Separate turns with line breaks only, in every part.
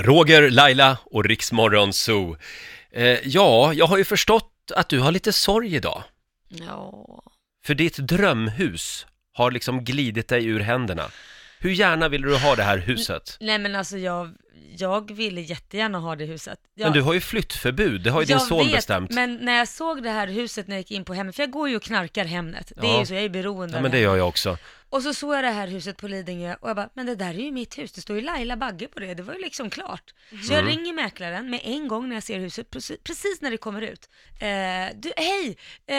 Roger, Laila och Riksmorgon Zoo. Eh, ja, jag har ju förstått att du har lite sorg idag.
Ja.
För ditt drömhus har liksom glidit dig ur händerna. Hur gärna ville du ha det här huset?
Nej men alltså jag, jag ville jättegärna ha det huset. Jag,
Men du har ju flyttförbud, det har ju din
jag
son
vet,
bestämt.
men när jag såg det här huset när jag gick in på Hemnet, för jag går ju och knarkar Hemnet, det
Ja.
är ju så, jag är beroende
Ja,
av
men det gör jag också.
Och så såg jag det här huset på Lidingö och jag bara, men det där är ju mitt hus, det står ju Laila Bagge på det, det var ju liksom klart. Så
Mm.
jag ringer mäklaren med en gång när jag ser huset, precis, precis när det kommer ut. Eh, du, hej, eh,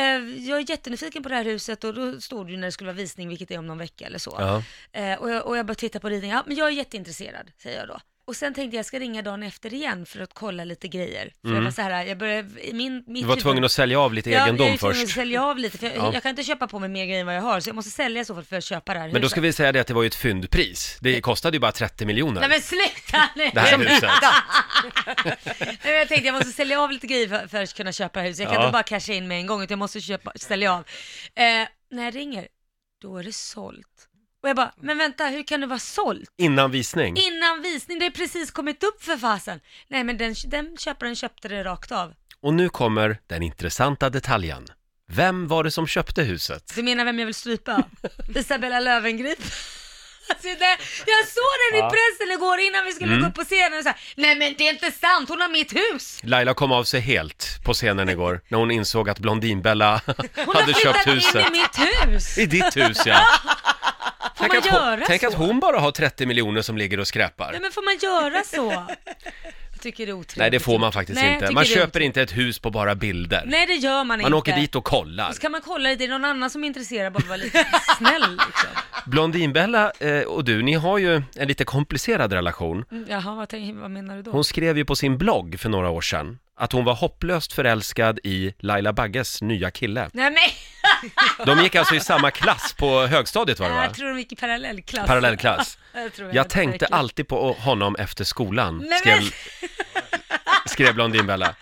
jag är jättenyfiken på det här huset och då stod det ju när det skulle vara visning, vilket är om någon vecka eller så.
Ja.
Eh, och, jag, och jag bara tittar på ritningen, ja men jag är jätteintresserad, säger jag då. Och sen tänkte jag, jag ska ringa dagen efter igen för att kolla lite grejer. För jag var så här, jag började, i min, mitt
Mm. Du var
huvud-
tvungen att sälja av lite
Ja, jag är
egendom
ju tvungen att
först.
sälja av lite, för jag,
Ja.
jag kan inte köpa på mig mer grejer än vad jag har, så jag måste sälja i så fall för att köpa det här
Men då ska vi säga det att det var ju ett fyndpris. Det kostade ju bara 30
Nej
miljoner,
men sluta nu!
det här huset.
Nej, men jag tänkte jag måste sälja av lite grejer för, för att kunna köpa det här huset. Jag kan
Ja.
inte bara casha in med en gång utan jag måste köpa, sälja av. Eh, när jag ringer, då är det sålt. Och jag bara, men vänta, hur kan det vara sålt?
Innan visning.
Innan visning, det har precis kommit upp för fasen. Nej men den, den köparen köpte det rakt av.
Och nu kommer den intressanta detaljen. Vem var det som köpte huset?
Du menar vem jag vill strypa? Isabella Löwengrip. Alltså det, jag såg den i pressen igår innan vi
Mm.
skulle gå upp på scenen och sa nej men det är inte sant, hon har mitt hus!
Laila kom av sig helt på scenen igår när hon insåg att Blondinbella
Hon
hade
har
köpt
flyttat in
huset.
i mitt hus!
I ditt hus ja.
Får man
att hon,
göra
tänk
så?
att hon bara har 30 miljoner som ligger och skräpar.
Nej men får man göra så? Jag tycker det är otrevligt.
Nej, det får man faktiskt
Nej, jag
inte.
tycker
Man
det är
köper inte ett hus på bara bilder.
Nej det gör man, inte.
man åker dit och kollar.
Och så kan man kolla lite, är det någon annan som är intresserad? Bara vara lite snäll liksom.
Blondinbella eh, och du, ni har ju en lite komplicerad relation.
Mm, Jaha, vad, tänk, vad menar du då?
Hon skrev ju på sin blogg för några år sedan att hon var hopplöst förälskad i Laila Bagges nya kille.
Nej men!
De gick alltså i samma klass på högstadiet var det va?
Jag tror de gick i parallellklass.
Parallellklass.
Alltså, Jag, tror
Jag tänkte
säkert.
alltid på honom efter skolan,
Nej,
skrev,
men,
skrev Blondinbella.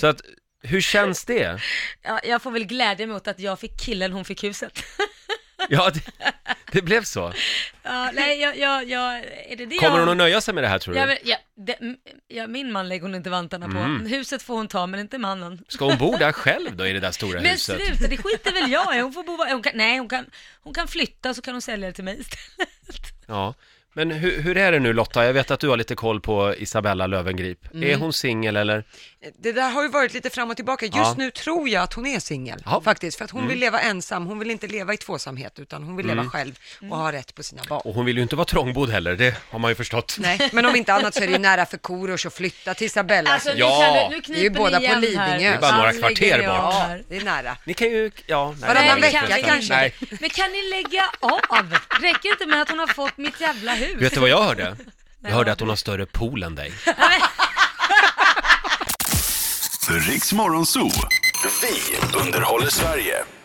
Så att, hur känns det?
ja, jag får väl glädja mig åt att jag fick killen, hon fick huset.
Ja, det, det blev så.
ja, nej, jag, jag, jag, är det det
Kommer
jag...
hon att nöja sig med det här tror
Ja,
du?
men, ja, det, mm, ja, min man lägger hon inte vantarna på.
Mm.
Huset får hon ta, men inte mannen.
Ska hon bo där själv då i det där stora
Men
huset?
sluta, det skiter väl jag i. Hon får bo var- hon kan, Nej, hon kan, hon kan flytta så kan hon sälja det till mig istället.
Ja. Men hur, hur är det nu Lotta? Jag vet att du har lite koll på Isabella Lövengrip.
Mm.
Är hon singel eller?
Det där har ju varit lite fram och tillbaka. Just
Ja.
nu tror jag att hon är singel
Ja. Mm.
faktiskt, för att hon vill leva ensam. Hon vill inte leva i tvåsamhet, utan hon vill leva själv och ha rätt på sina barn.
Och hon vill ju inte vara trångbodd heller, det har man ju förstått.
Nej, men om inte annat så är det ju nära för Korosh att flytta till Isabella.
Alltså,
Alltså,
nu,
Ja.
kan du, nu
Det är ju
kniper
båda
ni
på
igen här.
Lidingö. Det är
bara några
Fan, lägger
kvarter
ni av
bort.
ja,
här.
det är nära.
Ni kan ju, ja... Nej,
Varannan
det var
vecka
inte-
kanske.
Nej.
Men kan ni lägga av? Räcker inte med att hon har fått mitt jävla hus?
Vet du vad jag hörde? Jag hörde att hon har större pool än dig.
Riks Morgonzoo. Vi underhåller Sverige.